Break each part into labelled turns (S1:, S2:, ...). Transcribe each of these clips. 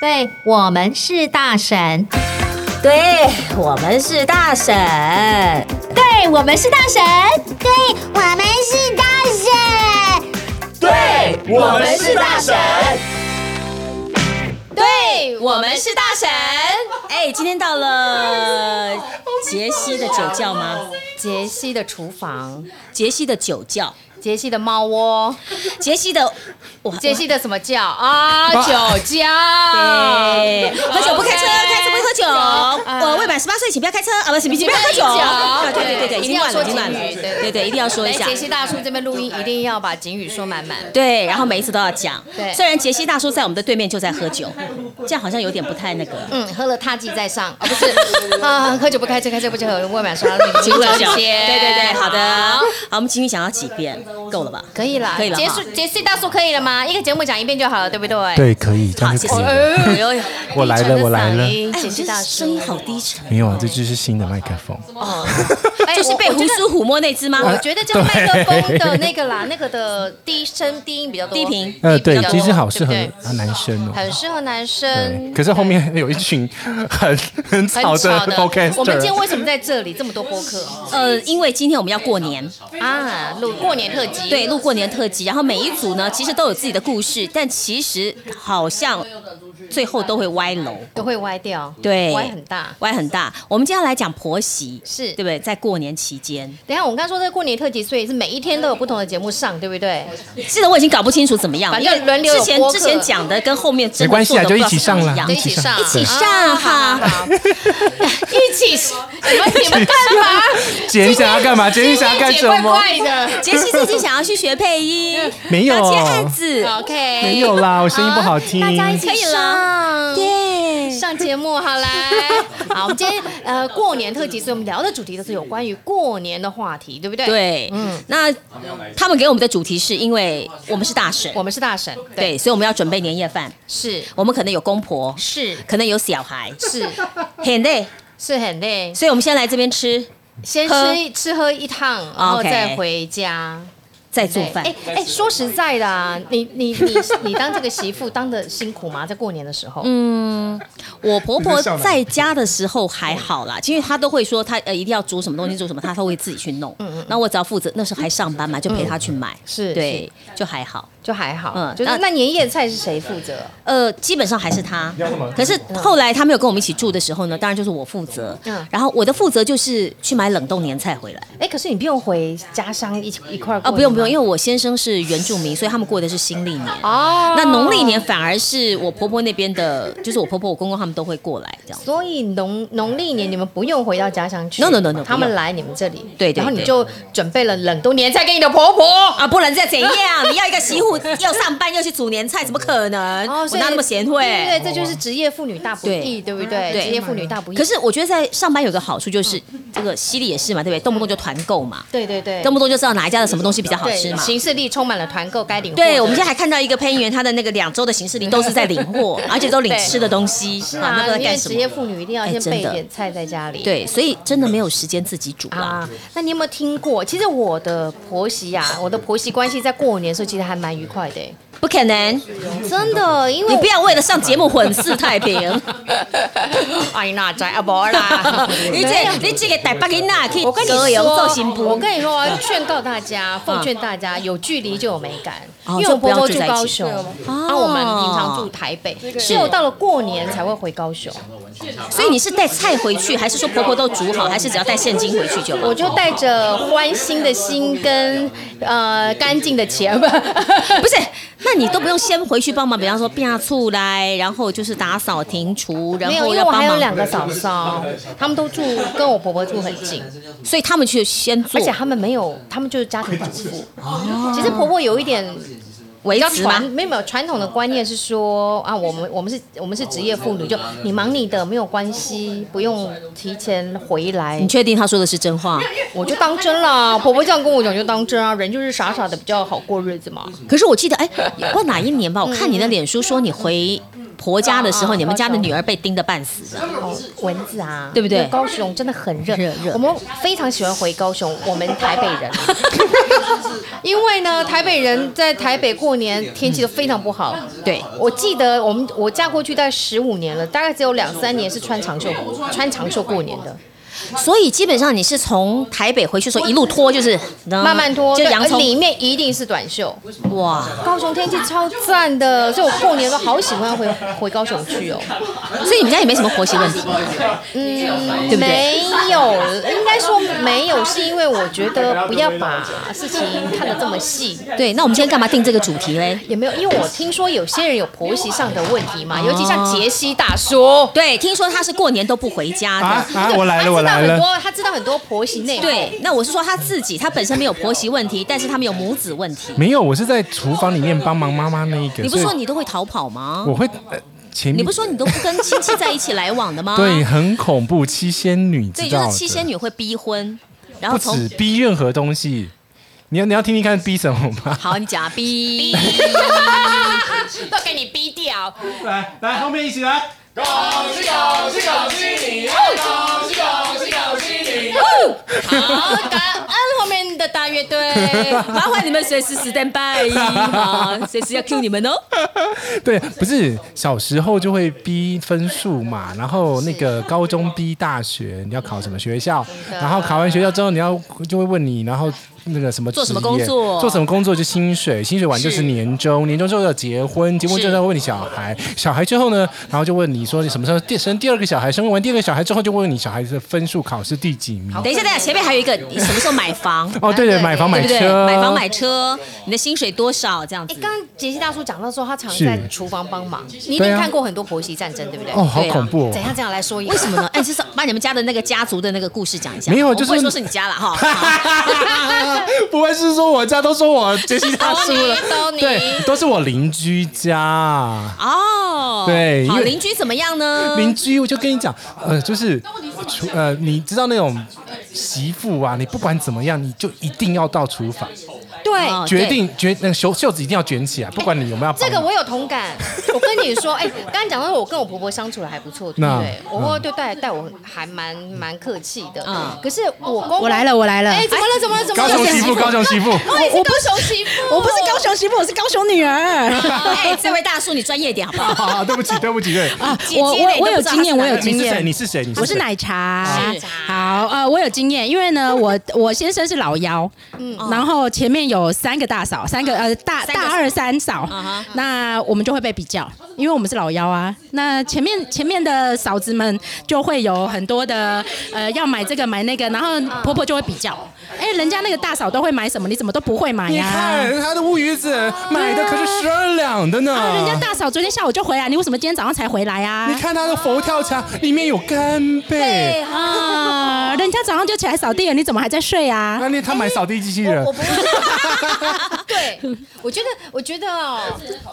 S1: 对我们是大神，
S2: 对我们是大婶，
S1: 对我们是大神，
S3: 对我们是大神，
S4: 对我们是大神，
S5: 对我们是大神。
S2: 哎，今天到了杰西的酒 窖吗？
S5: 杰西的厨房，
S2: 杰西的酒窖，
S5: 杰西的猫窝，
S2: 杰西的哇，
S5: 啊杰西的什么叫啊？酒窖。
S2: 哎， 喝酒不开车，
S5: 哦 OK 啊嗯
S2: 开车不喝酒。我未满十八岁，请不要开车啊！不是，请不要喝酒。啊
S5: 喝酒
S2: 对对对对，
S5: 对
S2: 已经乱了，已
S5: 一
S2: 经
S5: 定要
S2: 乱了
S5: 说警语。对
S2: 对对，一定要说一
S5: 来，
S2: 下
S5: 杰。西大叔这边录音一定要把警语说满满。
S2: 对，然后每一次都要讲。
S5: 对
S2: 虽然杰西大叔在我们的对面就在喝 酒，这样好像有点不太那个。
S5: 嗯，喝了他记在上，啊、不是 啊，喝酒不开车，开车不喝酒，未满十八岁请勿
S2: 喝
S5: 喝
S2: 酒
S5: 酒。
S2: 对对对，好的。好，我们情侣讲到几遍？够了吧？
S5: 可以啦，
S2: 可以了
S5: 结
S2: 哈
S5: 束结束大叔可以了吗？一个节目讲一遍就好了，对不对？
S4: 对，可以，这
S2: 哎好，
S4: 样
S2: 谢
S4: 就
S2: 谢。
S4: 可以了。
S2: 哎呦哎呦
S4: 我来了，我来了。
S2: 哎，
S5: 杰
S2: 我这
S5: 西大
S2: 声音
S5: 叔，
S2: 好低沉，
S4: 没有啊，这就是新的麦克风。
S2: 哦
S5: 哎
S2: 就是被
S5: 我我
S2: 胡
S5: 觉得
S2: 叔虎摸那只吗？
S4: 啊
S5: 我觉得这个麦克风的那个啦，那 个的低声低音比较多，
S2: 低频
S4: 呃，
S5: 比较
S4: 对，
S5: 多
S4: 其实好适合
S5: 对不
S4: 啊男生
S5: 对
S4: 哦。
S5: 很适合男
S4: 对，
S5: 生。
S4: 可是后面有一群很
S5: 很
S4: 很吵的
S5: 吵的
S4: podcaster。
S5: 我们今天为什么在这里这么多播客
S2: 呃，因为今天我们要过年，
S5: 啊？录过年特辑，
S2: 对，录过年特辑，然后每一组呢，其实都有自己的故事，但其实好像最后都会歪楼。
S5: 都会歪掉，
S2: 对，
S5: 歪很大。
S2: 歪很大。我们接下来讲婆媳，
S5: 是
S2: 对不对？在过年期间，
S5: 等一下，我们刚说这个过年特辑，所以是每一天都有不同的节目上，对不对？
S2: 记得我已经搞不清楚怎么样了，
S5: 反
S2: 因
S5: 正
S2: 为
S5: 轮流有
S2: 之前
S5: 播客
S2: 之前讲的跟后面真
S4: 没
S2: 的
S4: 关系啊，
S2: 做的
S4: 就一
S2: 不
S4: 起
S2: 知道是
S4: 上
S2: 不
S4: 啦
S2: 是一，样
S5: 就一起上
S2: 一起上
S5: 啊
S2: 哈。
S5: 好一起，你们你们干嘛？
S4: 姐你想要干嘛？姐你想要干什
S5: 怪
S4: 么？
S5: 怪的。
S2: 杰西最近想要去学配音，
S4: 没有
S2: 要接案子，
S5: OK，
S4: 没有啦，我声音不好听。
S5: 大家一起
S2: 可以了
S5: 上。
S2: 耶！
S5: 上节目好来， 好，我们今天呃过年特辑，所以我们聊的主题都是有关于过年的话题，对不对？，
S2: 对，嗯，那他们给我们的主题是因为我们是大婶，
S5: 我们是大神，
S2: 对，所以我们要准备年夜饭，
S5: 是
S2: 我们可能有公婆，
S5: 是
S2: 可能有小孩，
S5: 是
S2: 很累，
S5: 是很 累，
S2: 所以我们先来这边吃，
S5: 先
S2: 喝
S5: 吃吃喝一趟，然后
S2: OK
S5: 再回家。
S2: 再做饭。
S5: 哎哎，说实在的啊，你你你你当这个媳妇当的辛苦吗？在过年的时候，嗯，
S2: 我婆婆在家的时候还好啦，因为她都会说她呃一定要煮什么东西煮什么，她都会自己去弄。
S5: 嗯
S2: 那我只要负责，那时候还上班嘛，就陪她去买。
S5: 是
S2: 对，就还好。
S5: 就还好，
S2: 嗯
S5: 就是
S2: 那
S5: 那年夜菜是谁负责？
S2: 呃，基本上还是她。可是后来她没有跟我们一起住的时候呢，当然就是我负责。
S5: 嗯
S2: 然后我的负责就是去买冷冻年菜回来。
S5: 哎，可是你不用回家乡一起一块儿
S2: 啊，不用不用，因
S5: 为
S2: 为我先生是原住民，所以他们过的是新历年。
S5: 哦，
S2: 那农历年反而是我婆婆那边的，就是我婆婆、我公公他们都会过来这样。
S5: 所以农农历年你们不用回到家乡去
S2: No, no, no, no，
S5: 他
S2: 不
S5: 们
S2: 用
S5: 来你们这里，
S2: 对对
S5: 然后你
S2: 对
S5: 就准备了冷冻年菜给你的婆婆。
S2: 啊，不能再怎样？你要一个媳妇，要上班，要去煮年菜，怎么可能？我
S5: 哦所以
S2: 哪那么贤
S5: 对对
S2: 惠？
S5: 对，这就是职业妇女大不易，对不对？
S2: 对
S5: 职业妇女大不易。
S2: 可是我觉得在上班有一个好处就是，这个犀利也是嘛，对不对？动不动就团购嘛，
S5: 对对对，
S2: 动不动就知道哪一家的什么东西比较好吃
S5: 对
S2: 嘛。
S5: 行事力充满了团购该领货的。
S2: 对，我们现在还看到一个配音员，他的那个两周的行事历都是在领 货，而且都领吃的东西，
S5: 是
S2: 啊
S5: 啊，
S2: 那个在
S5: 因为
S2: 干什
S5: 职业
S2: 么？
S5: 妇女一定要
S2: 哎
S5: 先
S2: 真
S5: 备一
S2: 的
S5: 点菜在家里。
S2: 对，所以真的没有时间自己煮啦。
S5: 啊，那你有没有听过？其实我的婆媳呀、我的婆媳关系在过年的时候其实还蛮愉快的、
S2: 不可能，
S5: 真的，因为
S2: 你不要为了上节目混世 太 平。，
S5: 哎那在啊，不啦
S2: 你这你这个台北囡仔去
S5: 我跟你
S2: 高雄
S5: 说，
S2: 做新妇
S5: 我跟你说，我要劝告大家，奉劝大家，有距离就有美感。
S2: 哦
S5: 因为我婆婆
S2: 就
S5: 住
S2: 不要
S5: 高
S2: 聚在
S5: 雄
S2: 一起，
S5: 然
S2: 哦
S5: 后我们平常住台北，只有到了过年才会回高雄。
S2: 哦所以你是带菜回去，还是说婆婆都煮好，还是只要带现金回去就好？
S5: 我就带着欢欣的心跟呃干净的钱 吧，
S2: 不是，那你都不用先回去帮忙，比方说变醋来，然后就是打扫停厨，然
S5: 没有，
S2: 后
S5: 因为
S2: 要
S5: 我
S2: 帮
S5: 还有两
S2: 忙，
S5: 个嫂嫂，他们都住跟我婆婆住很近，
S2: 所以他们去先做，
S5: 而且他们没有，他们就是家庭主妇。
S2: 哦
S5: 其实婆婆有一点
S2: 维
S5: 比较
S2: 持嘛
S5: 传，。没有没有传统的观念是说啊，我们我们是啊我们是职业妇女，就你忙你的没有关系，不用提前回来
S2: 你，确定他说的是真 话？
S5: 我就当真啦。婆婆这样跟我讲就当真啊，人就是傻傻的比较好过日子嘛。
S2: 可是我记得，哎，不知道哪一年吧，我看你的脸书说你回婆家的时候，
S5: 啊
S2: 你们家的女儿被叮得半死的。
S5: 哦，蚊子啊，
S2: 对不对
S5: 因为高雄真的很热，
S2: 热热
S5: 我们非常喜欢回高雄，我们台北人。因为呢，台北人在台北过年天气都非常不好。
S2: 对，
S5: 我记得我们我嫁过去大概十五年了，大概只有两三年是穿长袖穿长袖过年的，
S2: 所以基本上你是从台北回去的时候一路拖，就是慢
S5: 慢慢
S2: 嗯
S5: 脱，
S2: 就
S5: 对
S2: 洋
S5: 而
S2: 葱
S5: 里面一定是短袖。
S2: 哇，
S5: 高雄天气超赞的，所以我过年都好喜欢回回高雄去哦。
S2: 所以你们家也没什么婆媳问题，
S5: 嗯，
S2: 对不对
S5: 没有，应该说没有，是因为我觉得不要把事情看得这么细。
S2: 对，那我们今天干嘛定这个主题嘞？
S5: 也没有，因为我听说有些人有婆媳上的问题嘛，
S2: 哦
S5: 尤其像杰西大叔，
S2: 对，听说他是过年都不回家的。
S4: 啊啊！我来
S5: 他
S4: 了，我
S5: 知道
S4: 来
S5: 很
S4: 了。
S5: 多，他知道很多婆媳内幕。
S2: 对，那我是说他自己，他本身没有婆媳问题，但是他们有母子问题。
S4: 没有，我是在厨房里面帮忙妈妈那一个。
S2: 你不是
S4: 所
S2: 说
S4: 以
S2: 你都会逃跑吗？
S4: 我会呃前面？
S2: 你不是说你都不跟亲戚在一起来往的吗？
S4: 对，，很恐怖，七仙女
S2: 所
S4: 知
S2: 以就
S4: 道
S2: 是
S4: 的。
S2: 七仙女会逼婚，然后
S4: 不
S2: 从
S4: 止逼任何东西，你要你要听听看逼什么吗？
S2: 好你讲啊逼，
S6: 都给你逼掉。
S4: 来来，后面一起来。
S6: 好，感恩后面的大乐 队。
S2: 哎
S5: 哎
S2: 麻烦你们随时 stand by 好，随时要 cue 你们哦。
S4: 对，不是小时候就会逼分数嘛，然后那个高中逼大学，你要考什么学校，然后考完学校之后，你要就会问你，然后那个什么
S2: 做什么
S4: 职
S2: 工
S4: 业
S2: 作
S4: 做什么工作就薪水，薪水完就是年终，年终之后要结婚，结婚之后
S2: 是
S4: 要问你小孩，小孩之后呢，然后就问你说你什么时候第生第二个小孩，生完第二个小孩之后就问你小孩子的分数考试第几名。
S2: 等一下，等一下，前面还有一个，你什么时候买房？
S4: 哦，对对，
S5: 对
S4: 买房
S2: 对
S4: 买
S2: 不
S4: 车，
S2: 对？买房买车，你的薪水多少？这样子
S5: 哎，。刚刚杰西大叔讲到说，他常
S4: 是
S5: 在厨房帮忙，你一
S4: 对
S5: 定
S4: 啊
S5: 看过很多婆媳战争，对不对？
S4: 哦，好
S2: 对啊
S4: 恐怖、哦
S5: 怎样怎样来说一个？
S2: 为什么呢？哎，就是把你们家的那个家族的那个故事讲一下。
S4: 没有
S2: 我
S4: 就是
S2: 不会说是你家了哈。
S4: 不会是说我家都说我杰西大叔了，
S6: 都哦你都你
S4: 对，都是我邻居家。
S2: 哦，
S4: 对
S2: 好，
S4: 因为
S2: 邻居怎么样呢？
S4: 邻居，我就跟你讲，呃，就是，厨呃，你知道那种媳妇啊，你不管怎么样，你就一定要到厨房，
S5: 对，
S2: 哦
S4: 决定卷那个袖袖子一定要卷起来，不管你有没有帮忙。
S5: 这个我有同感。我跟你说，哎，刚刚讲到我跟我婆婆相处的还不错，对不对？
S4: 那
S5: 我婆婆对待待我还蛮蛮客气的
S2: 嗯。
S5: 可是我公
S7: 我来了，我来了。
S6: 哎，怎么了？怎么了？怎么
S4: 高
S6: 了？
S4: 雄媳妇，高雄媳妇，
S6: 我我不雄媳妇，
S7: 哎我不是高雄媳妇，我是高雄女儿。
S2: 哎，这位大叔，你专业一点好不好？
S4: 啊，对不起，对不起，对，
S2: 姐姐
S7: 我
S2: 嘞
S7: 我我
S2: 你都
S7: 有
S2: 不知道
S7: 经验，
S2: 她
S7: 我有
S4: 你
S7: 经
S4: 是谁？
S7: 验
S4: 你。是谁？你
S7: 啊我是
S4: 谁？啊
S7: 奶茶
S2: 是，
S7: 好，呃，我有经验，因为 呢，我我先生是老幺，嗯然后前面有三个大嫂，三个呃大
S2: 嗯哦个
S7: 大二三嫂
S2: 嗯哼，
S7: 那我们就会被比较，因为我们是老幺啊。那前面前面的嫂子们就会有很多的呃要买这个买那个，然
S2: 嗯
S7: 后婆婆就会比较，哎，人家那个大嫂都会买什么，你怎么都不会买
S4: 你
S7: 呀、
S4: 看他的乌鱼子买的可是十二两的呢，
S7: 啊，人家大嫂昨天下午就回来，你为什么今天早上才回来呀、
S4: 你
S7: 啊？
S4: 看他的佛跳墙里面有干贝，
S7: 啊，人家早上就起来扫地了，你怎么还在睡啊
S4: 那？那他买扫地机器人
S5: 我，不会。对，我觉得，我觉得哦，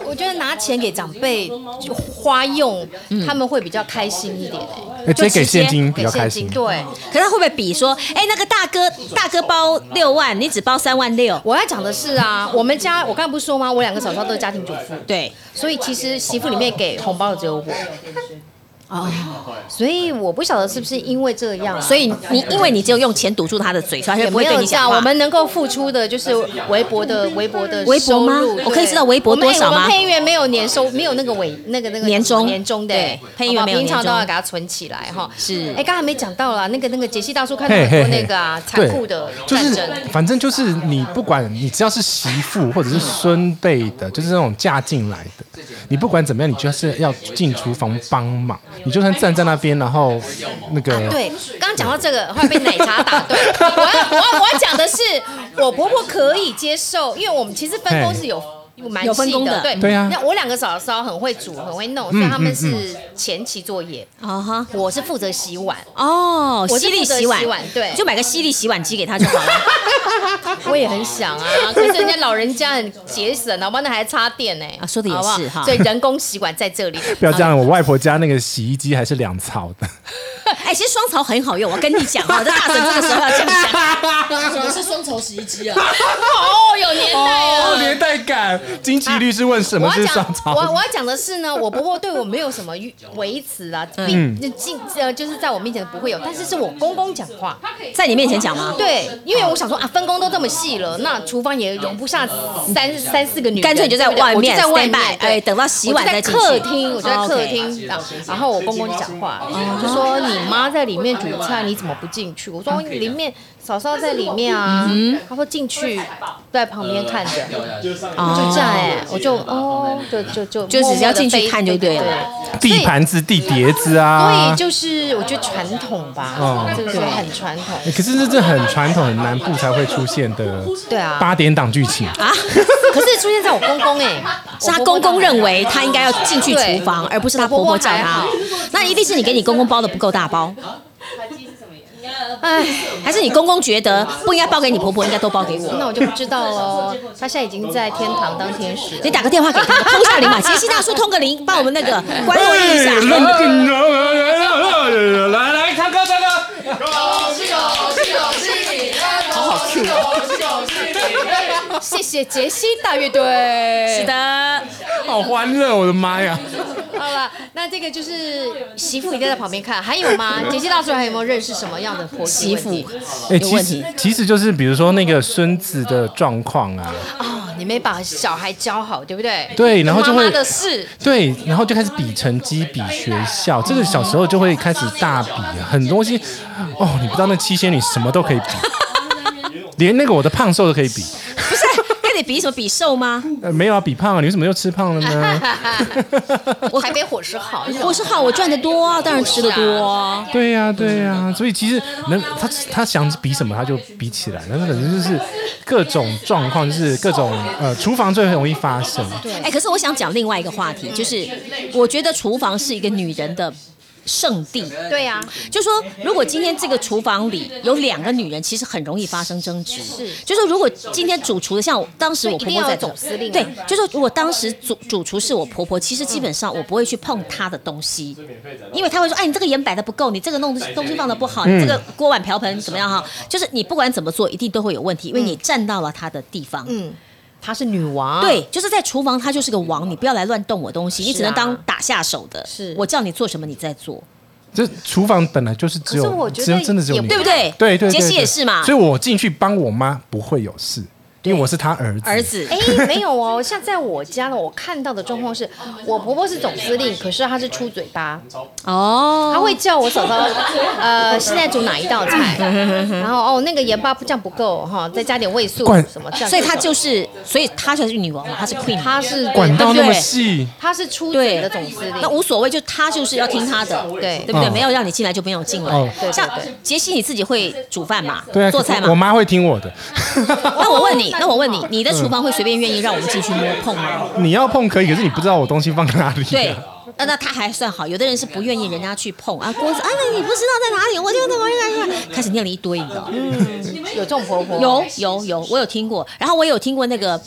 S5: 我觉得拿钱给长辈就花用，
S7: 嗯
S5: 他们会比较开心一点、欸，
S4: 哎，直接给现金比
S5: 给
S4: 较
S5: 现
S4: 开
S5: 金。
S4: 心。
S5: 对，
S2: 可是他会不会比说，哎，那个大哥大哥包六万，你只包三万六？
S5: 我要讲的是啊，我们家我刚才不是说吗？我两个嫂嫂都是家庭主妇，
S2: 对，
S5: 所以其实媳妇里面给红包的只有我。
S2: 哦，
S5: 所以我不晓得是不是因为这样、
S2: 所以你因为你只有用钱堵住他的嘴，所以他
S5: 也
S2: 就不
S5: 没
S2: 会对
S5: 有
S2: 你
S5: 讲，
S2: 讲话。嗯
S5: 我们能够付出的就是微薄的、微薄的
S2: 微薄吗
S5: 收入
S2: 我
S5: 对
S2: 可以知道微薄多少
S5: 我们
S2: 吗
S5: 哎我们配音员没有年收，没有那个尾那个那个
S2: 年终
S5: 年终的
S2: 对配音员
S5: 好吧
S2: 没有年
S5: 平
S2: 终
S5: 常都要给他存起来哈。
S2: 是
S5: 哎，刚才没讲到啦，那个那个杰西大叔看到很多那个啊残酷的
S4: 就
S5: 战
S4: 是
S5: 争。
S4: 反正就是你不管你只要是媳妇或者是孙辈的，就是那种嫁进来的，你不管怎么样，你就是要进厨房帮忙。你就算站在那边，然后那个
S5: 啊对，刚刚讲到这个，后来被奶茶打 断。我要我要我要讲的是，我婆婆可以接受，因为我们其实分工是有。蛮
S2: 嗯有分
S5: 细
S2: 工的
S5: 的，对嗯
S4: 对啊
S5: 那我两个嫂嫂很会煮，很会弄，所以他们是前期作业，
S2: 啊哈，
S5: 我是负责洗碗，
S2: 哦，
S5: 我
S2: 犀
S5: 是
S2: 利
S5: 负责
S2: 洗碗
S5: 洗，碗对
S2: 就买个犀利洗碗机给他就好了。
S5: 我也很想啊， 可是人家老人家很节省啊，我那还插电呢、
S2: 啊说得也
S5: 好不好
S2: 是哈
S5: 所以人工洗碗在 这里，
S4: 不要这样，我外婆家那个洗衣机还是两槽 的。
S2: 哎，其实双槽很好用，我跟你讲，我的大神这个时候要这样 讲。
S7: 什么是双重洗衣机啊？
S6: 哦，有年代了。
S4: 哦，年代感，经济律师问什
S5: 我
S4: 么
S5: 要
S4: 是
S5: 讲
S4: 上，朝？
S5: 我我要讲的是呢，我婆婆对我没有什么维持啊，并进呃就是在我面前不会有，但是是我公公讲话，
S2: 在你面前讲吗？
S5: 对，因为我想说啊，分工都这么细了，那厨房也容不下三三四个女人，
S2: 嗯干脆你就在
S5: 对不对
S2: 外面
S5: 我就在外
S2: stand by，
S5: 面，
S2: 哎等到洗碗
S5: 我就
S2: 再
S5: 在
S2: 进去
S5: 客厅，我就在
S2: 哦
S5: 客
S2: ，OK
S5: 厅，然后然后我公公就讲话，
S2: 哦
S5: 就说你妈在里面煮菜，你怎么不进去？我说哦里面嫂嫂在里面啊，
S2: 嗯
S5: 他说进去，在旁边看着，就这样哎，我就哦，就就就
S2: 哦就只是要进去看就对了
S4: 地盘子、地碟子
S5: 所
S4: 啊
S5: 以。就是我觉得传统吧
S4: 哦，
S5: 这个很传统，
S4: 欸可是这是很传统、很南部才会出现的
S5: 对啊。
S4: 八点档剧情，
S2: 啊，
S5: 可是出现在我公公哎、
S2: 是他公公认为他应该要进去厨房，而不是他婆婆叫他
S5: 啊我婆。
S2: 那一定是你给你公公包的不够大包，
S5: 哎，
S2: 还是你公公觉得不应该包给你婆婆，应该都包给我？
S5: 那我就不知道喽。他现在已经在天堂当天使了
S2: 你。打个电话给他，通下铃嘛，杰西大叔通个铃，帮我们那个
S4: 哎
S2: 关注一下。
S4: 来来唱歌唱歌，
S5: 谢谢杰西大乐队。
S2: 是的，
S4: 好欢乐，我的妈呀！
S5: 好了，那这个就是媳妇一定在旁边看，还有吗？杰西大叔还有没有认识什么样的婆媳
S2: 媳
S5: 问
S2: 妇
S5: 题
S4: 哎，
S2: 有
S4: 其
S2: 问
S4: 实
S2: 题。
S4: 其实就是比如说那个孙子的状况啊，
S5: 哦，你没把小孩教好，对不对？
S4: 对然后就会
S5: 妈妈的事。
S4: 对，然后就开始比成绩、比学校，这个小时候就会开始大比很多东西。哦，你不知道那七仙女什么都可以比，连那个我的胖瘦都可以比。
S2: 不是跟你比什么比瘦吗？
S4: 呃，没有啊，比胖啊，你为什么又吃胖了呢？
S5: 我台北伙食好，
S2: 我是好，我赚的多啊，当然吃的多啊。
S4: 对呀、对呀、
S2: 嗯
S4: 所以其实能他他想比什么他就比起来，那可能就是各种状况，就是各种呃，厨房最容易发生。
S5: 啊
S2: 哎、可是我想讲另外一个话题，就是我觉得厨房是一个女人的圣地。
S5: 对呀、
S2: 就说如果今天这个厨房里有两个女人，其实很容易发生争执。
S5: 是
S2: 就说如果今天主厨的像我当时我婆婆
S5: 所以一定要
S2: 在
S5: 有总司令啊
S2: 对，就说如果当时主主厨是我婆婆，其实基本上我不会去碰她的东西，因为她会说，哎，你这个盐摆的不够，你这个弄东西放的不好，
S5: 嗯
S2: 你这个锅碗瓢盆怎么样哈？就是你不管怎么做，一定都会有问题，因为你占到了她的地方。
S5: 嗯，她是女王，，
S2: 对，就是在厨房，她就是个王，你不要来乱动我东西，你只能
S5: 是啊
S2: 当打下手的。
S5: 是
S2: 我叫你做什么，你在做。
S4: 这厨房本来就是只
S5: 可是
S4: 有
S5: 我觉
S4: 只有
S5: 得
S4: 真的只有
S5: 也
S4: 你，
S2: 对不对？
S4: 对对，
S2: 杰西
S4: 对
S2: 也是嘛。
S4: 所以我进去帮我妈不会有事，因为我是她儿子。
S2: 儿子，
S5: 哎，没有哦，像在我家呢，我看到的状况是，我婆婆是总司令，可是她是出嘴巴，
S2: 哦，
S5: 她会叫我嫂嫂，呃，现在煮哪一道菜，然后哦，那个盐巴不酱不够哈，再加点味素
S4: 管
S5: 什么这样，
S2: 所以她就是，所以她才是女王嘛，她是 queen，
S5: 她是
S4: 管道那么
S2: 对
S4: 细，
S5: 她是出嘴
S2: 对
S5: 的总司
S2: 那
S5: 令，
S2: 无所谓，就她就是要听她的，
S5: 对
S2: 对不对？
S4: 嗯
S2: 没有让你进来就没有进
S4: 哦
S2: 来。像杰西你自己会煮饭嘛，
S4: 对啊，
S2: 做菜
S4: 我
S2: 嘛。
S4: 妈会听我的。
S2: 那 我问你，那我问你，你的厨房会随便愿意让我们进去摸碰吗？
S4: 你要碰可以，可是你不知道我东西放哪里、啊。
S2: 对，那那他还算好，有的人是不愿意人家去碰 啊，锅子啊，那你不知道在哪里，我就怎么 开开始念了一堆，你知道吗？
S5: 有这种婆婆，
S2: 有有有，我有听过，然后我有听过那个，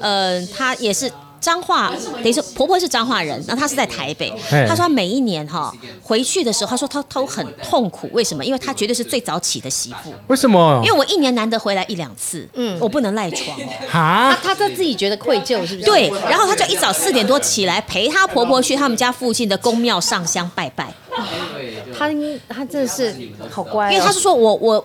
S2: 呃，她也是。彰化，等于说婆婆是彰化人，那她是在台北。
S4: 嘿
S2: 她说她每一年哈、回去的时候，她说她都很痛苦，为什么？因为她绝对是最早起的媳妇，
S4: 为什么
S2: 因为？我一年难得回来一两次，嗯，我不能赖床。
S4: 哈，
S5: 她她自己觉得愧疚是不是？
S2: 对，然后她就一早四点多起来陪她婆婆去他们家附近的宫庙上香拜拜，
S5: 她她真的是好乖哦，
S2: 因为她是说我我。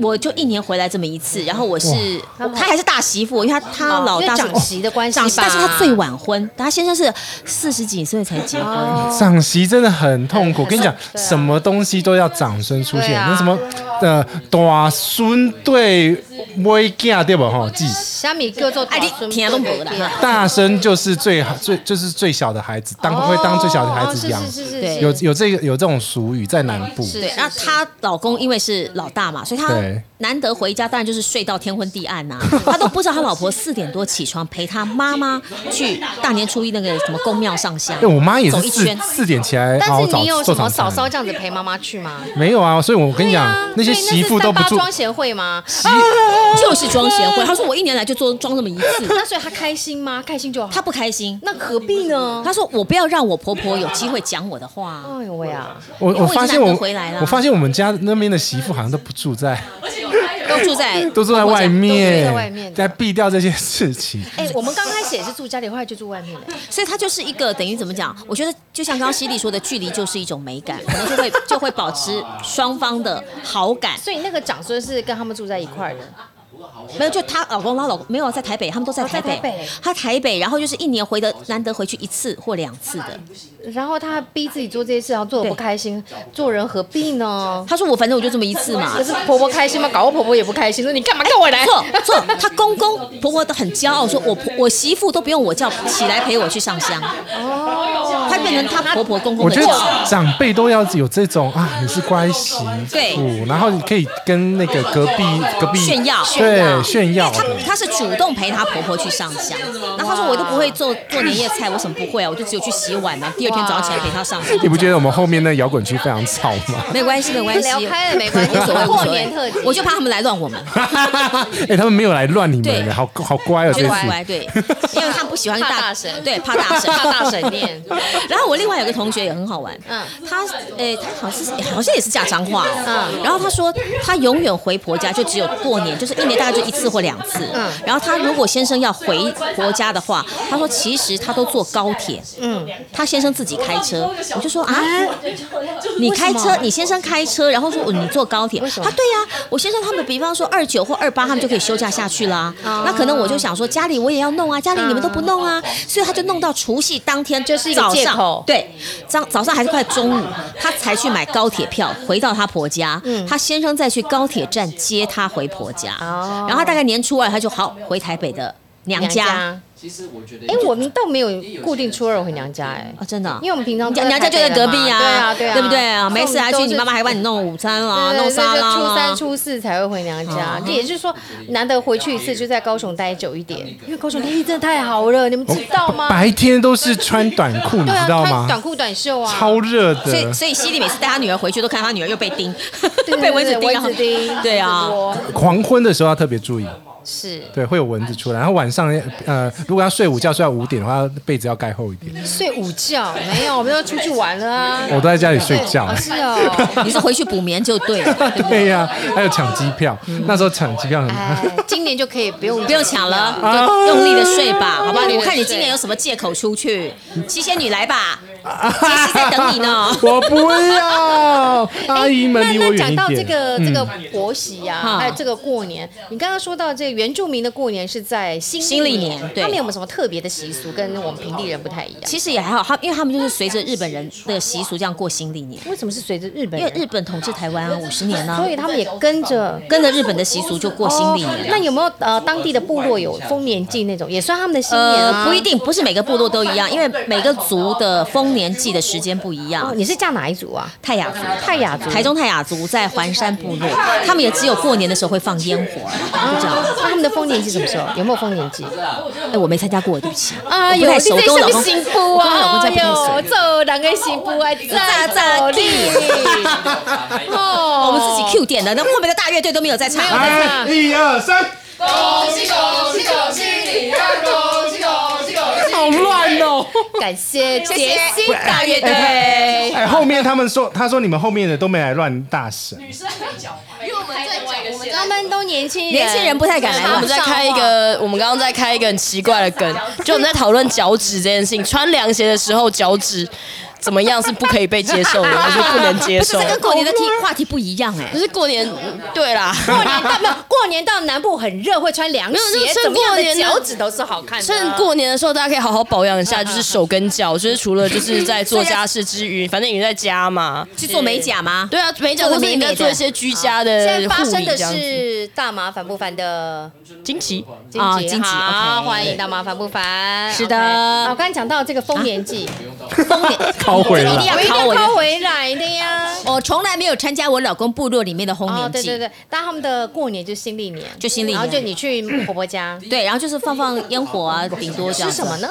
S2: 我就一年回来这么一次，然后我是她还是大媳妇，因为她她
S5: 哦
S2: 老
S5: 因为
S2: 大是
S5: 长媳的关系吧
S2: 长媳，但是她最晚婚，她先生是四十几岁才结婚。
S5: 哦
S4: 赏析真的很痛苦。我跟你讲，
S5: 对啊
S4: 什么东西都要掌声出现，
S5: 对啊
S4: 那什么呃，大孙对威囝对吧？吼，记
S5: 虾米叫做
S2: 哎，
S5: 大
S2: 你
S5: 孙
S2: 听都没了
S5: 对
S2: 哈。
S4: 大声就是最最就是最小的孩子，当会当最小的孩子养
S5: 哦。是是是
S2: 对
S5: 是，
S4: 有有这个有这种俗语在南部，
S2: 对，那她老公因为是老大嘛，所以她
S4: 对
S2: 难得回家，当然就是睡到天昏地暗 呐、她都不知道她老婆四点多起床陪她妈妈去大年初一那个什么宫庙上香。
S4: 哎，我妈也
S2: 走
S4: 是
S2: 一
S4: 四
S2: 圈
S4: 四点起来
S5: 但
S4: 熬
S5: 是
S4: 早
S5: 你有
S4: 做
S5: 什
S4: 早
S5: 么嫂嫂
S4: 餐。
S5: 这样子陪妈妈去吗？
S4: 没有啊，所以我跟你讲
S5: 啊，
S4: 那些
S5: 所以
S4: 媳妇都不
S5: 是三八
S4: 住。
S5: 装贤惠吗？
S4: 媳
S2: 就是装贤惠，她说我一年来就做装这么一次，
S5: 那所以她开心吗？开心就好。
S2: 她不开心。
S5: 那何必呢？
S2: 她说我不要让我婆婆有机会讲我的话啊。
S5: 哎呦喂啊！
S4: 我
S2: 因为我
S4: 我
S2: 已经
S4: 发现
S2: 难得
S4: 我
S2: 回来啦
S4: 我发现我们家那边的媳妇好像都不住在
S2: 都住在
S4: 都住在外面，
S5: 都住在外面的
S4: 在避掉这些事情。
S5: 哎、我们刚开始也是住家里，后来就住外面了。
S2: 所以它就是一个等于怎么讲？我觉得就像刚刚犀利说的，距离就是一种美感，我们就会就会保持双方的好感。
S5: 所以那个长孙是跟他们住在一块儿的，
S2: 没有，就她老公、她老公没有在台北，他们都在台
S5: 哦在台北
S2: 她台北，然后就是一年回的难得回去一次或两次的。
S5: 然后他逼自己做这些事，然后做的不开心，做人何必呢？
S2: 她说我反正我就这么一次嘛
S5: 可。是婆婆开心吗？搞我婆婆也不开心，说你干嘛跟我来？
S2: 错错，她公公婆婆都很骄傲，说我婆我媳妇都不用我叫起来陪我去上香。哦，她变成她婆婆公公
S4: 我
S2: 的
S4: 觉
S2: 骄
S4: 得
S2: 傲。
S4: 长辈都要有这种 啊，你是乖媳妇
S2: 对，
S4: 然后你可以跟那个隔壁隔壁
S2: 炫耀
S4: 对炫耀
S2: 她
S4: 的。
S2: 她是主动陪她婆婆去上香，然后她说我都不会做做年夜菜，我什么不会啊，我就只有去洗碗啊，第二天早上起来陪她上香。
S4: 你不觉得我们后面那摇滚区非常吵吗？
S2: 没关系，没关系，
S5: 聊开了没关系
S2: 无所谓，无
S5: 过
S2: 所
S5: 年
S2: 谓
S5: 特辑。
S2: 我就怕他们来乱我们，
S4: 哎、他们没有来乱你们，
S2: 对
S4: 好好乖哦，这
S2: 就
S4: 次。
S2: 乖对，因为他不喜欢
S5: 怕
S2: 大
S5: 大神
S2: 对，怕大神，
S5: 怕大神念。
S2: 然后我另外有个同学也很好玩，嗯
S5: 嗯，
S2: 他诶，他好像是好像也是嫁脏话哦，
S5: 嗯
S2: 然后他说他永远回婆家就只有过年，就是一年大概就一次或两次，嗯
S5: 嗯，
S2: 然后他如果先生要回婆家的话，他说其实他都坐高铁，嗯，他先生自己开车，我就说啊，你开车，你先生开车，然后说哦你坐高铁，他对呀、我先生他们比方说二九或二八，他们就可以休假下去啦。那可能我就想说家里我也要弄啊，家里你们都不弄啊，所以他就弄到除夕当天
S5: 就是一个
S2: 早上
S5: 借口
S2: 对，早早上还是快中午，他才去买高铁票回到他婆家，他先生再去高铁站接他回婆家，
S5: 哦
S2: 然后他大概年初二他就好回台北的娘
S5: 娘
S2: 家。
S5: 家，
S8: 其实我觉得，
S5: 哎、我们倒没有固定初二回娘家、哎。
S2: 啊，真的啊、
S5: 因为我们平常都
S2: 娘娘家就在隔壁
S5: 台北了嘛对啊，对啊，
S2: 对不对啊？没事还
S5: 所
S2: 去
S5: 以我们都
S2: 你
S5: 是
S2: 妈妈还帮你弄午餐啦，
S5: 对
S2: 啊弄
S5: 对对
S2: 沙啊
S5: 就
S2: 拉
S5: 初
S2: 啦
S5: 三、。初四才会回娘家，这也就是说，难得回去一次，就在高雄待久一点，因为高雄天气真的太好了，你们知道吗？
S4: 白天都是穿短裤，哦你
S5: 对啊，
S4: 知道
S5: 穿
S4: 吗？
S5: 短裤短袖啊，
S4: 超热
S2: 所以，
S4: 的。
S2: 所以犀利每次带他女儿回去，都看他女儿又被叮，
S5: 对对
S2: 被蚊子叮，然后
S5: 蚊子叮
S2: 对 啊，
S4: 黄昏的时候要特别注意，
S5: 是。
S4: 对，会有蚊子出来。然后晚上，呃，如果要睡午觉，睡到五点的话，被子要盖厚一点。
S5: 睡午觉没有，我们要出去玩了啊。
S4: 我都在家里睡觉
S5: 哦。是 哦，
S2: 你是回去补眠就对 了，
S4: 对呀、还有抢机票，
S2: 嗯
S4: 那时候抢机票很。
S5: 哎，今年就可以不用
S2: 不用抢了，你
S4: 啊
S2: 就用力的睡吧，好吧？
S5: 用力地
S2: 我看你
S5: 睡
S2: 今年有什么借口出去，七仙女来 吧，杰西在等你呢
S4: 我不要，阿姨们
S5: 那
S4: 离我
S5: 那
S4: 远
S5: 讲
S4: 一
S5: 到这
S4: 点。嗯
S5: 个这个婆媳呀、
S2: 哈
S5: 还有这个过年，你刚刚说到这原住民的过年是在新
S2: 新历
S5: 年
S2: 年，对
S5: 他们有没有什么特别的习俗，跟我们平地人不太一样？
S2: 其实也还好，他因为他们就是随着日本人的习俗这样过新历年，
S5: 为什么是随着日本
S2: 因为
S5: 人？
S2: 日本统治台湾啊五十年呢、啊
S5: 所，以他们也跟着。
S2: 跟着日本的习俗就过新历年。
S5: 那有没有
S2: 哦
S5: 呃当地的部落有丰年祭那种，也算他们的新年啊？哦
S2: 呃，不一。定，不是每个部落都一样，因为每个族的丰年祭的时间不一样。
S5: 哦你是嫁哪一族啊？
S2: 泰雅族，
S5: 泰雅族
S2: 台中泰雅族在环山部落，他们也只有过年的时候会放烟火，就这样。
S5: 那他们的丰年祭什么时候？有没有丰年祭？
S2: 哎，啊我没参加过，对不起。
S5: 啊
S2: 我不太熟
S5: 你
S2: 跟我老公
S5: 幸福
S2: 我跟我老公
S5: 啊！
S2: 在不太熟
S5: 有做人的幸福啊，
S2: 炸
S5: 在
S2: 炸
S5: 在
S2: 地
S5: 地。哦，
S2: 我们自己 Q 点的，那后面的大乐队都没有在唱。
S4: 哎，一二三，
S5: 好乱哦！感谢杰西大乐队。
S4: 哎，后面他们说，他说你们后面的都没来乱大神，
S5: 他们都年轻人，
S2: 年轻人不啊太敢来
S6: 我们在开一个，我们刚刚在开一个很奇怪的梗，就我们在讨论脚趾这件事情。穿凉鞋的时候，脚趾怎么样是不可以被接受的，还是不能接
S2: 不是，
S6: 受
S2: 这？跟过年的题话题不一样哎
S6: 可。是过年，对啦，
S5: 过年到 没有？过年到南部很热，会穿凉
S6: 没有就是
S5: 鞋，
S6: 趁
S5: 怎么样
S6: 过
S5: 的
S6: 年呢
S5: 脚趾都是好看的啊。
S6: 趁过年的时候，大家可以好好保养一下，就是手跟脚，就是除了就是在做家事之余，反正也在家嘛。
S2: 去做美甲吗？
S6: 对啊，美甲或者你在做一些居家的
S5: 现在发
S6: 护
S5: 生
S6: 理这
S5: 的
S6: 样子。
S5: 是大麻烦不烦的
S6: 惊奇，
S5: 金
S2: 啊
S5: 吉，
S2: 金吉
S5: 好，
S2: ，OK
S5: 欢迎大麻烦不烦？
S2: 是的
S5: OK 啊我刚才讲到这个丰年祭，
S6: 啊
S2: 丰年
S4: 靠回
S2: 一定
S4: 来。
S2: 要
S5: 我一定
S2: 考我
S5: 要
S2: 的。
S5: 靠回来的呀。
S2: 我从来没有参加我老公部落里面的丰
S5: 哦，
S2: 年
S5: 对对
S2: 祭。
S5: 对，但他们的过年就新历年，
S2: 就新历年
S5: 然后就你去婆婆家
S2: 对，然后就是放放烟火啊，顶多这样。
S5: 吃什么？呢？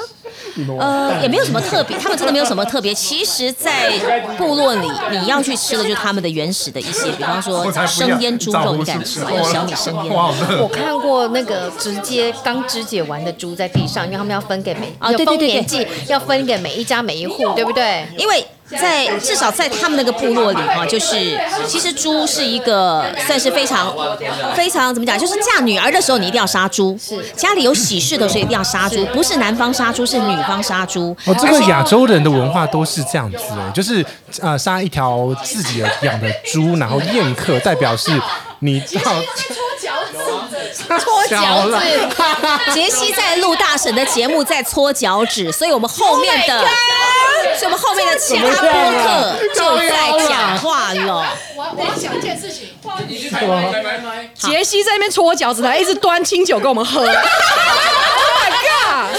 S2: 呃，也没有什么特别，他们真的没有什么特别。其实，在部落里，你要去吃的就是他们的原始的一些，比方说生腌猪肉，你敢吃吗？有小米生腌。
S5: 我看过那个直接刚肢解完的猪在地上，因为他们要分给每
S2: 啊
S5: 要
S2: 对对
S5: 丰
S2: 对对
S5: 年祭要分给每一家每一户，对不对？
S2: 因为在至少在他们那个部落里哈，就是其实猪是一个算是非常非常怎么讲，就是嫁女儿的时候你一定要杀猪，是家里有喜事的时候一定要杀猪，不是男方杀猪是女方杀猪。
S4: 哦，这个亚洲人的文化都是这样子哎，就是呃杀一条自己的养的猪，然后宴客，代表是你 到搓 脚趾，搓脚趾，
S2: 杰西在录大婶的节目，在搓脚趾，所以我们后面的，所以我们后面的其他播客就在讲话了。
S8: 杰西在那边搓脚趾，还一直端清酒给我们喝。oh my god！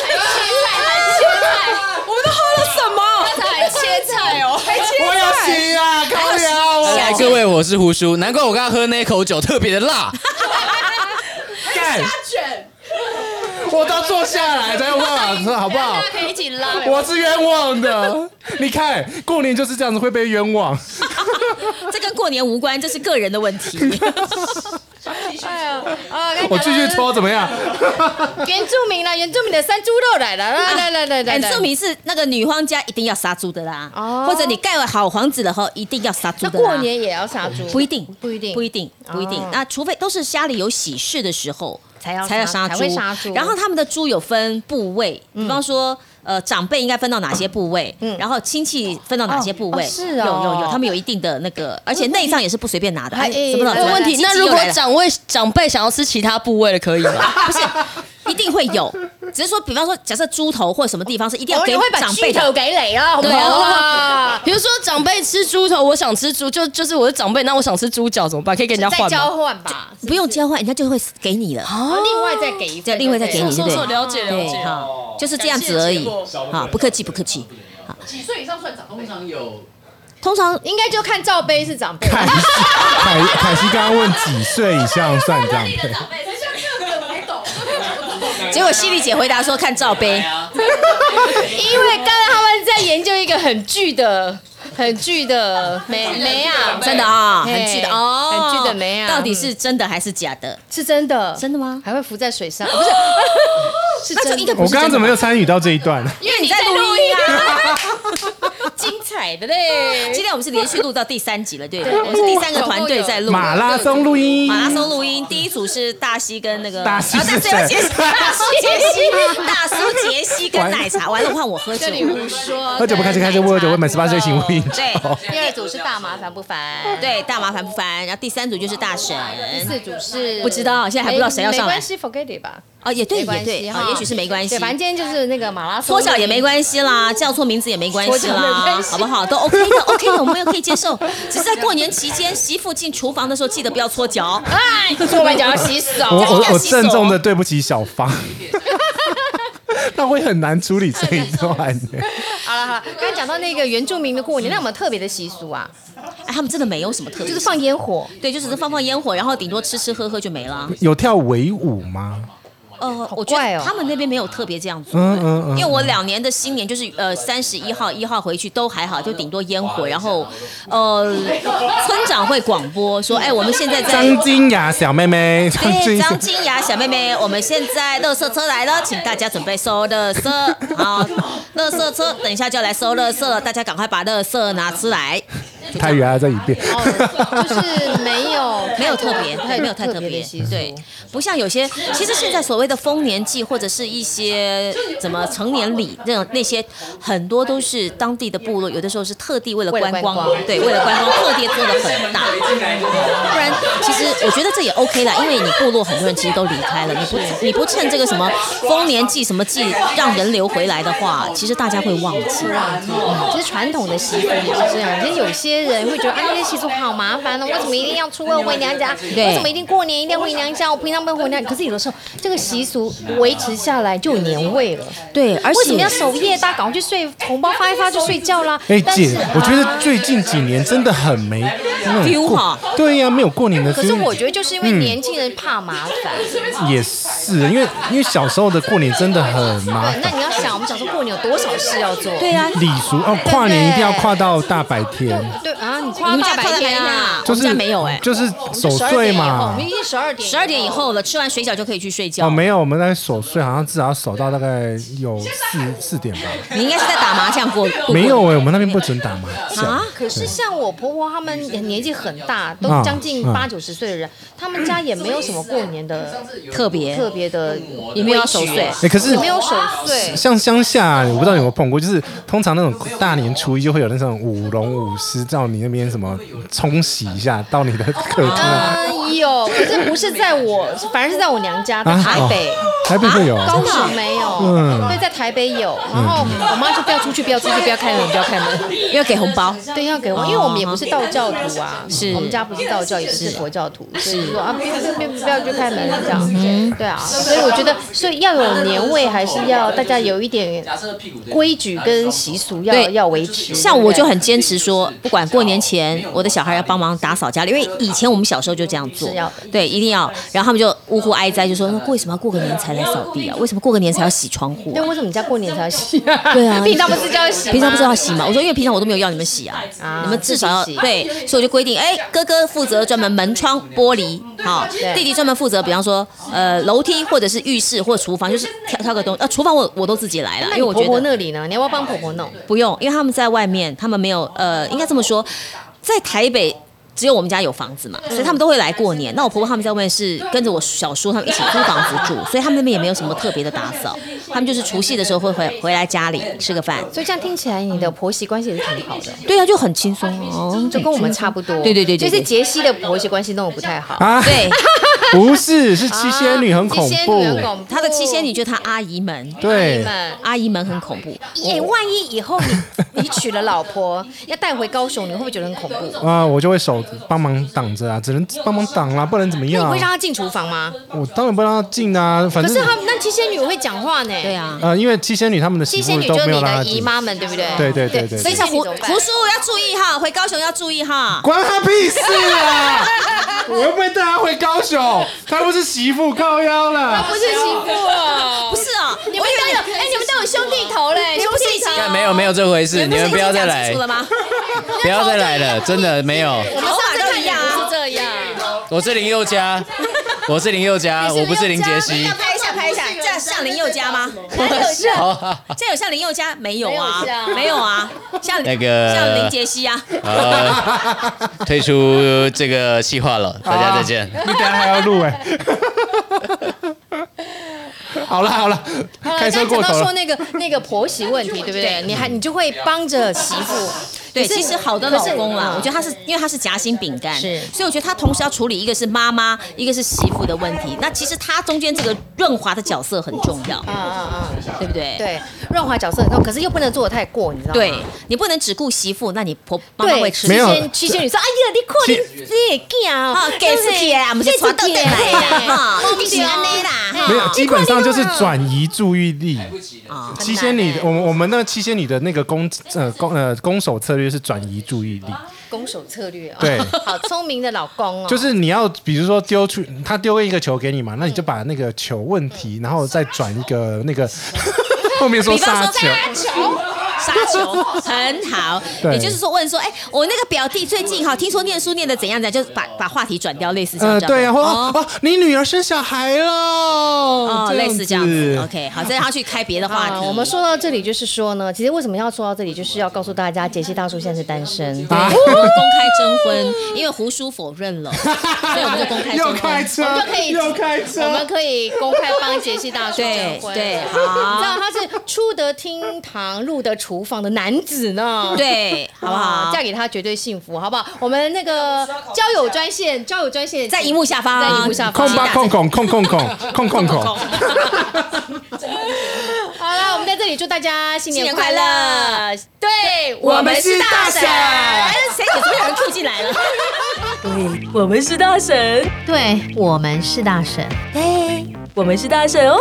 S8: 我们都喝了什么？
S5: 还切菜哦，
S8: 还切菜？
S4: 啊，高粱
S9: 来来，各位，我是胡叔，难怪我刚刚喝那口酒特别的辣。
S4: 干，我都坐下来才有办法吃，好不好？
S5: 可以一起拉。
S4: 我是冤枉的，你看过年就是这样子会被冤枉。
S2: 这跟过年无关，这是个人的问题。
S5: 哎呀，啊，
S4: 我继续搓怎么样？
S5: 原住民啦，原住民的山猪肉来了，来来来来来，
S2: 很证明是那个女方家一定要杀猪的啦，
S5: 哦
S2: 或者你盖了好房子了后一定要杀猪
S5: 那
S2: 的啦。
S5: 过年也要杀猪？
S2: 不一定，
S5: 不一定，哦
S2: 不一定，不一定。那除非都是家里有喜事的时候
S5: 才要
S2: 才要
S5: 杀
S2: 杀
S5: 才会
S2: 猪，
S5: 杀猪嗯
S2: 然后他们的猪有分部位，比方说。呃，长辈应该分到哪些部位？然后亲戚分到哪些部位？
S5: 哦哦是
S2: 有
S5: 哦
S2: 有有，他们有一定的那个，而且内脏也是不随便拿的。
S5: 哎
S2: 哎，怎么了？
S5: 哎
S2: 怎么了
S6: 问题，
S2: 亲戚
S6: 那
S2: 又
S6: 如果
S2: 来了
S6: 长辈长辈想要吃其他部位的，可以吗？
S2: 不是，一定会有，只是说，比方说，假设猪头或者什么地方是一定要
S5: 我
S2: 给
S5: 也哦会把
S2: 长
S5: 巨
S2: 辈
S5: 头
S2: 的，哦
S5: 给你啦，好不好啊？
S6: 比如说长辈吃猪头，我想吃猪，就就是我是长辈，那我想吃猪脚怎么办？可以跟人家
S5: 再
S6: 换吗？
S5: 交换吧，
S2: 不用交换，人家就会给你了，
S5: 哦另外再给一
S2: 再
S5: 份，
S2: 另外再给你，对不对？
S6: 了解了
S2: 对，哈，就是这样子而已，哈，不客气，不客气。
S9: 通常有
S2: 通常
S5: 应该就看罩杯是长辈，
S4: 凯西凯凯西刚刚问几岁以上算长辈？
S2: 结果犀利姐回答说看罩杯，
S5: 因为刚刚他们在研究一个很巨的、很巨的梅梅啊，
S2: 真的啊，
S5: 嘿
S2: 很巨的哦，
S5: 很巨的梅啊
S2: 到底是真的还是假的？
S5: 是真的，
S2: 真的吗？哦
S5: 还会浮在水上，不是，是
S2: 那就
S5: 真
S2: 应
S5: 的
S2: 该，
S4: 我刚刚怎么又参与到这一段？
S2: 因为你在录音啊。
S5: 精彩的嘞，
S2: 今天我们是连续录到第三集了，对，我们是第三个团队在录
S4: 马拉松录音，
S2: 马拉松
S5: 嗯
S2: 录音，第一组是大西跟那个
S4: 大西
S2: 啊对
S4: 是
S2: 对不起
S4: 谁
S2: 大 叔杰西，大叔杰西跟奶茶，完了换我喝酒。
S5: 说
S4: 喝酒不开车，开车不喝酒，未满十八岁请勿饮酒。
S2: 对
S5: 第二组是大麻烦不烦？
S2: 对，大麻烦不烦？然后第三组就是大神，
S5: 第四组是
S2: 不知道现在还不知道谁要上来
S5: 没没关系，forget it 吧，
S2: 哦，也对，
S5: 没
S2: 也
S5: 关
S2: 对，
S5: 系
S2: 哦
S5: 哈，
S2: 也许是没关系
S5: 对，。反正今天就是那个马拉松，
S2: 搓脚也没关系啦，叫错名字也没关系
S5: 搓脚没
S2: 啦
S5: 关，系
S2: 好不好？都 OK 的，OK 的，我们也可以接受。只是在过年期间，媳妇进厨房的时候，记得不要搓脚。
S5: 哎，搓完脚要洗 手，
S4: 我我
S2: 要
S4: 我
S2: 洗手
S4: 郑重的对不起小芳，那会很难处理这一段呢。
S5: 好了好了，刚才讲到那个原住民的过年，那有没有特别的习俗啊？
S2: 哎，他们真的没有什么特
S5: 就
S2: 别
S5: 是，放烟火，
S2: 对，就只是放放烟火，然后顶多吃吃喝喝就没了。
S4: 有跳维舞吗？
S2: 呃，我觉
S5: 怪
S2: 得
S5: 哦
S2: 他们那边没有特别这样做，
S4: 嗯嗯嗯
S2: 因为我两年的新年就是呃三十一号一号回去都还好，就顶多烟火，然后呃村长会广播说，哎，我们现在在。
S4: 张金雅小妹妹，张
S2: 对，
S4: 金雅
S2: 张金雅小妹妹，我们现在垃圾车来了，请大家准备收垃圾。好，垃圾车等一下就要来收垃圾了，大家赶快把垃圾拿出来。
S4: 台语还要再一遍。
S5: 哦就是没 有
S2: 哦没有特别，对，没有太特
S5: 特
S2: 别
S5: 的习，俗。
S2: 对，不像有些，其实现在所谓的丰年祭或者是一些怎么成年礼那种那些，很多都是当地的部落，有的时候是特地为了
S5: 为了
S2: 观
S5: 观
S2: 光，
S5: 光
S2: 对，为了观光特地做的很大，不然其实我觉得这也 OK 啦，因为你部落很多人其实都离开了，你不你不趁这个什么丰年祭什么祭让人流回来的话，其实大家会忘记。
S5: 其实传统的习俗也是这样，其实有些人会觉得，哎，那些习俗好麻烦哦，为什么一定要初二回娘家？为什么一定过年一定要回娘家？我平常不会回娘家，可是有的时候这个习俗维持下来就有年味了。
S2: 对，而且
S5: 为什么要守夜？大家赶快去睡，红包发一发就睡觉啦。
S4: 哎
S5: 但
S4: 姐
S5: 是，
S4: 我觉得
S5: 啊
S4: 最近几年真的很没那种
S2: Feel
S4: 过
S2: 哈，
S4: 对呀，没有过年的 feel。
S5: 可是我觉得就是因为
S4: 嗯
S5: 年轻人怕麻烦，
S2: 嗯
S4: 也是，因为因为小时候的过年真的很麻
S5: 对，那
S4: 烦，
S5: 你要想，我们小时候过年有多少事要做？
S2: 对啊，
S4: 礼俗哦，跨年一定要跨到大白天。
S5: 对啊，你很夸
S2: 你们
S5: 大
S2: 家
S5: 白
S2: 跳的白
S5: 天
S2: 天
S5: 啊
S2: 啊，，
S4: 就是
S2: 我们家没有哎、
S4: 就是守
S5: 十二
S4: 岁
S5: 点以后，我
S4: 嘛
S5: 们。已经十二点，
S2: 十二点以后了，吃完水饺就可以去睡觉。
S4: 哦，没有，我们在守岁，好像至少要守到大概有四四点吧。
S2: 你应该是在打麻将过。过
S4: 没有哎、我们那边不准打麻将
S2: 啊。
S4: 对
S5: 可是像我婆婆她
S2: 嗯
S5: 们年纪很大，都
S4: 啊
S5: 将近
S4: 啊
S5: 八九十岁的人，他们家也没有什么过年的
S2: 特别，
S5: 特别的，
S2: 你没有要守岁，
S4: 哎、可是
S5: 没有守岁。
S4: 像乡下，我不知道你有没有碰过，就是通常那种大年初一就会有那种舞龙舞狮到你那边什么冲洗一下，到你的
S5: 哦
S4: 客厅啊，
S5: 嗯，有，可是不是在我，反而是在我娘家，在
S4: 啊
S5: 台北。
S4: 台北会有啊。
S5: 高雄没有，
S4: 嗯
S5: 对，在台北有。然后我妈就不要出去，不要出去，不要开门，不要开门。
S2: 因为给红包。
S5: 对，要给我，因为我们也不是道教徒啊，
S2: 是
S5: 哦我们家不是道教，也不是佛教徒，所以说啊，不不不不要去开门这样，
S2: 嗯
S5: 对啊，所以我觉得，所以要有年味，还是要大家有一点规矩跟习俗要
S2: 对
S5: 要维持。
S2: 像我就
S5: 对
S2: 很坚持说，不管过年前，我的小孩要帮忙打扫家里，因为以前我们小时候就这样做
S5: 是要的，
S2: 对，一定要。然后他们就呜呼哀哉，就说那为什么要过个年才来扫地啊？为什么过个年才要洗窗户
S5: 对，
S2: 啊、
S5: 为什么你家过年才要洗？
S2: 对啊
S5: 平常不是就要洗吗？
S2: 平常不是要洗吗？我说因为平常我都没有要你们洗啊，
S5: 啊
S2: 你们至少要
S5: 自己洗
S2: 对，所以我就规定，哎，哥哥负责专门门窗玻璃，好，
S5: 对
S2: 弟弟专门负责，比方说呃楼梯或者是浴室或厨房，就是挑挑个东呃，厨房我我都自己来了，因
S5: 那你
S2: 为我
S5: 婆
S2: 觉
S5: 婆
S2: 得
S5: 那里呢？你要不要帮婆婆弄？
S2: 不用，因为他们在外面，他们没有呃，应该这么说，在台北。只有我们家有房子嘛，所以他们都会来过年。那我婆婆他们在外面是跟着我小叔他们一起租房子住，所以他们那边也没有什么特别的打扫，他们就是除夕的时候会回回来家里吃个饭，
S5: 所以这样听起来，你的婆媳关系也是挺好的，
S2: 对啊，就很轻松哦，
S5: 就跟我们差不多。
S2: 对对对对对
S5: 就是杰西的婆媳关系弄得不太好。
S4: 啊，
S2: 对，
S4: 不是，是七仙女很
S5: 啊七
S4: 恐
S5: 仙
S4: 怖
S5: 女，很恐怖，哎
S2: 他的七仙女就是他阿姨们，
S4: 对，
S5: 们。
S2: 阿姨们很恐怖。
S5: 耶，哎万一以后 你你娶了老婆，要带回高雄，你会不会觉得很恐怖？
S4: 啊、我就会手帮忙挡着啊，只能帮忙挡啦、不然怎么
S5: 那
S4: 样啊
S5: 你？会让她进厨房吗？
S4: 我当然不让她进啊，反
S5: 啊可
S4: 正
S5: 是她那七仙女会讲话呢。
S2: 对，啊，
S4: 呃，因为七仙女他们的媳
S5: 七
S4: 妇
S5: 仙女
S4: 都
S5: 就是
S4: 没有
S5: 你
S4: 让她
S5: 的
S4: 进
S5: 姨，妈们，对不对？
S4: 对对对对
S5: 所
S2: 所
S5: 以
S2: 以像
S5: 像
S2: 胡
S5: 胡
S2: 胡叔要注意哈，回高雄要注意哈。
S4: 关他屁事啊！ 我又不会带她回高雄，她不是媳妇，靠腰了。
S5: 不是媳妇哦，
S2: 不是啊，
S5: 你们都有哎，你们都有兄弟头嘞，兄弟头。
S9: 没有没有这回事，
S2: 不
S9: 你
S2: 是
S9: 们
S2: 已
S9: 不
S2: 经
S9: 要再
S2: 讲
S9: 来
S2: 清楚，了吗？
S9: 不要再来了，真的没有。
S5: 我哎们上次看啊也不
S2: 啊
S5: 是这样，
S9: 我是林宥嘉，我是林宥嘉，我不是林杰西
S2: 要。拍一下，拍一下，这样像林宥嘉吗？
S9: 好好好
S2: 这样有像林宥嘉没有啊
S5: 没有像？
S2: 没有啊，像
S9: 那个
S2: 像林杰西啊。
S9: 呃，退出这个计划了，大家再见。
S4: 你等下还要录哎、 好了好了，
S5: 好了
S4: 开车过
S5: 刚才讲到
S4: 头
S5: 说
S4: 了。
S5: 那个那个婆媳问题，对不对？你还你就会帮着媳妇，
S2: 对，
S5: 可是
S2: 其实好的老公啦
S5: 可，是
S2: 我觉得他是因为他是夹心饼干，
S5: 是
S2: 所以我觉得他同时要处理一个是妈妈，一个是媳妇的问题。那其实他中间这个润滑的角色很重要，
S5: 啊啊啊，
S2: 对不对？
S5: 对，润滑角色很重，可是又不能做的太过，你知道吗？
S2: 对，你不能只顾媳妇，那你婆妈妈
S5: 对，
S2: 会
S5: 七
S2: 吃
S4: 没有
S5: 仙七仙女说：“哎呀，你看你你也见啊
S2: 啊，，给自己啊，不是传到对来 的哈，
S5: 对
S2: 一定是安内啦，哈
S4: 没有，基本上就是转移注意力。
S2: 啊
S4: 七仙女，我们我们那个七仙女的那个攻呃攻呃攻守策略是转移注意
S2: 啊
S4: 力，
S5: 攻守策略哦，
S4: 对
S5: 好聪明的老公哦，
S4: 就是你要比如说丢出他丢一个球给你嘛，那你就把那个球问题，然后再转一个 那个后面说
S2: 比方
S4: 杀
S2: 说
S4: 球，
S2: 杀球，杀球很好。
S4: 对
S2: 也就是说，问说，哎，我那个表弟最近哈，听说念书念的怎样怎样，就是把把话题转掉，类似这样
S4: 呃
S2: 这样。
S4: 对啊，或
S2: 哦
S4: 哦你女儿生小孩了，哦
S2: 哦，类似这样子。OK，好，再让他去开别的话
S5: 啊，
S2: 题。
S5: 我们说到这里，就是说呢，其实为什么要说到这里，就是要告诉大家，杰西大叔现在是单身。
S2: 对
S4: 啊
S2: 我们公开征婚，因为胡叔否认了，所以我们就公开
S4: 又
S2: 征
S4: 开
S2: 婚。
S4: 车
S5: 我们就可，以
S4: 又开车，
S5: 我们可以公开帮杰西 大叔
S2: 对
S5: 证婚，
S2: 对，
S5: 你知道
S2: 好，
S5: 他是出得厅堂入得厨房的男子 呢，
S2: 对，好不
S5: 啊
S2: 好
S5: 嫁？给他绝对幸福，好不好？我们那个交友专线，交友专线
S2: 在荧幕下方，
S5: 在荧幕下方
S4: 控吧控控控控控控控 控。
S5: 好了，我们在这里祝大家新
S2: 新年
S5: 年
S2: 快乐！
S5: 对
S2: 我们是大
S5: 婶
S2: 神，哎谁给这么有人 Q 进来了？
S6: 我们是大神，
S1: 对我们是大神。
S6: 我们是大神哦。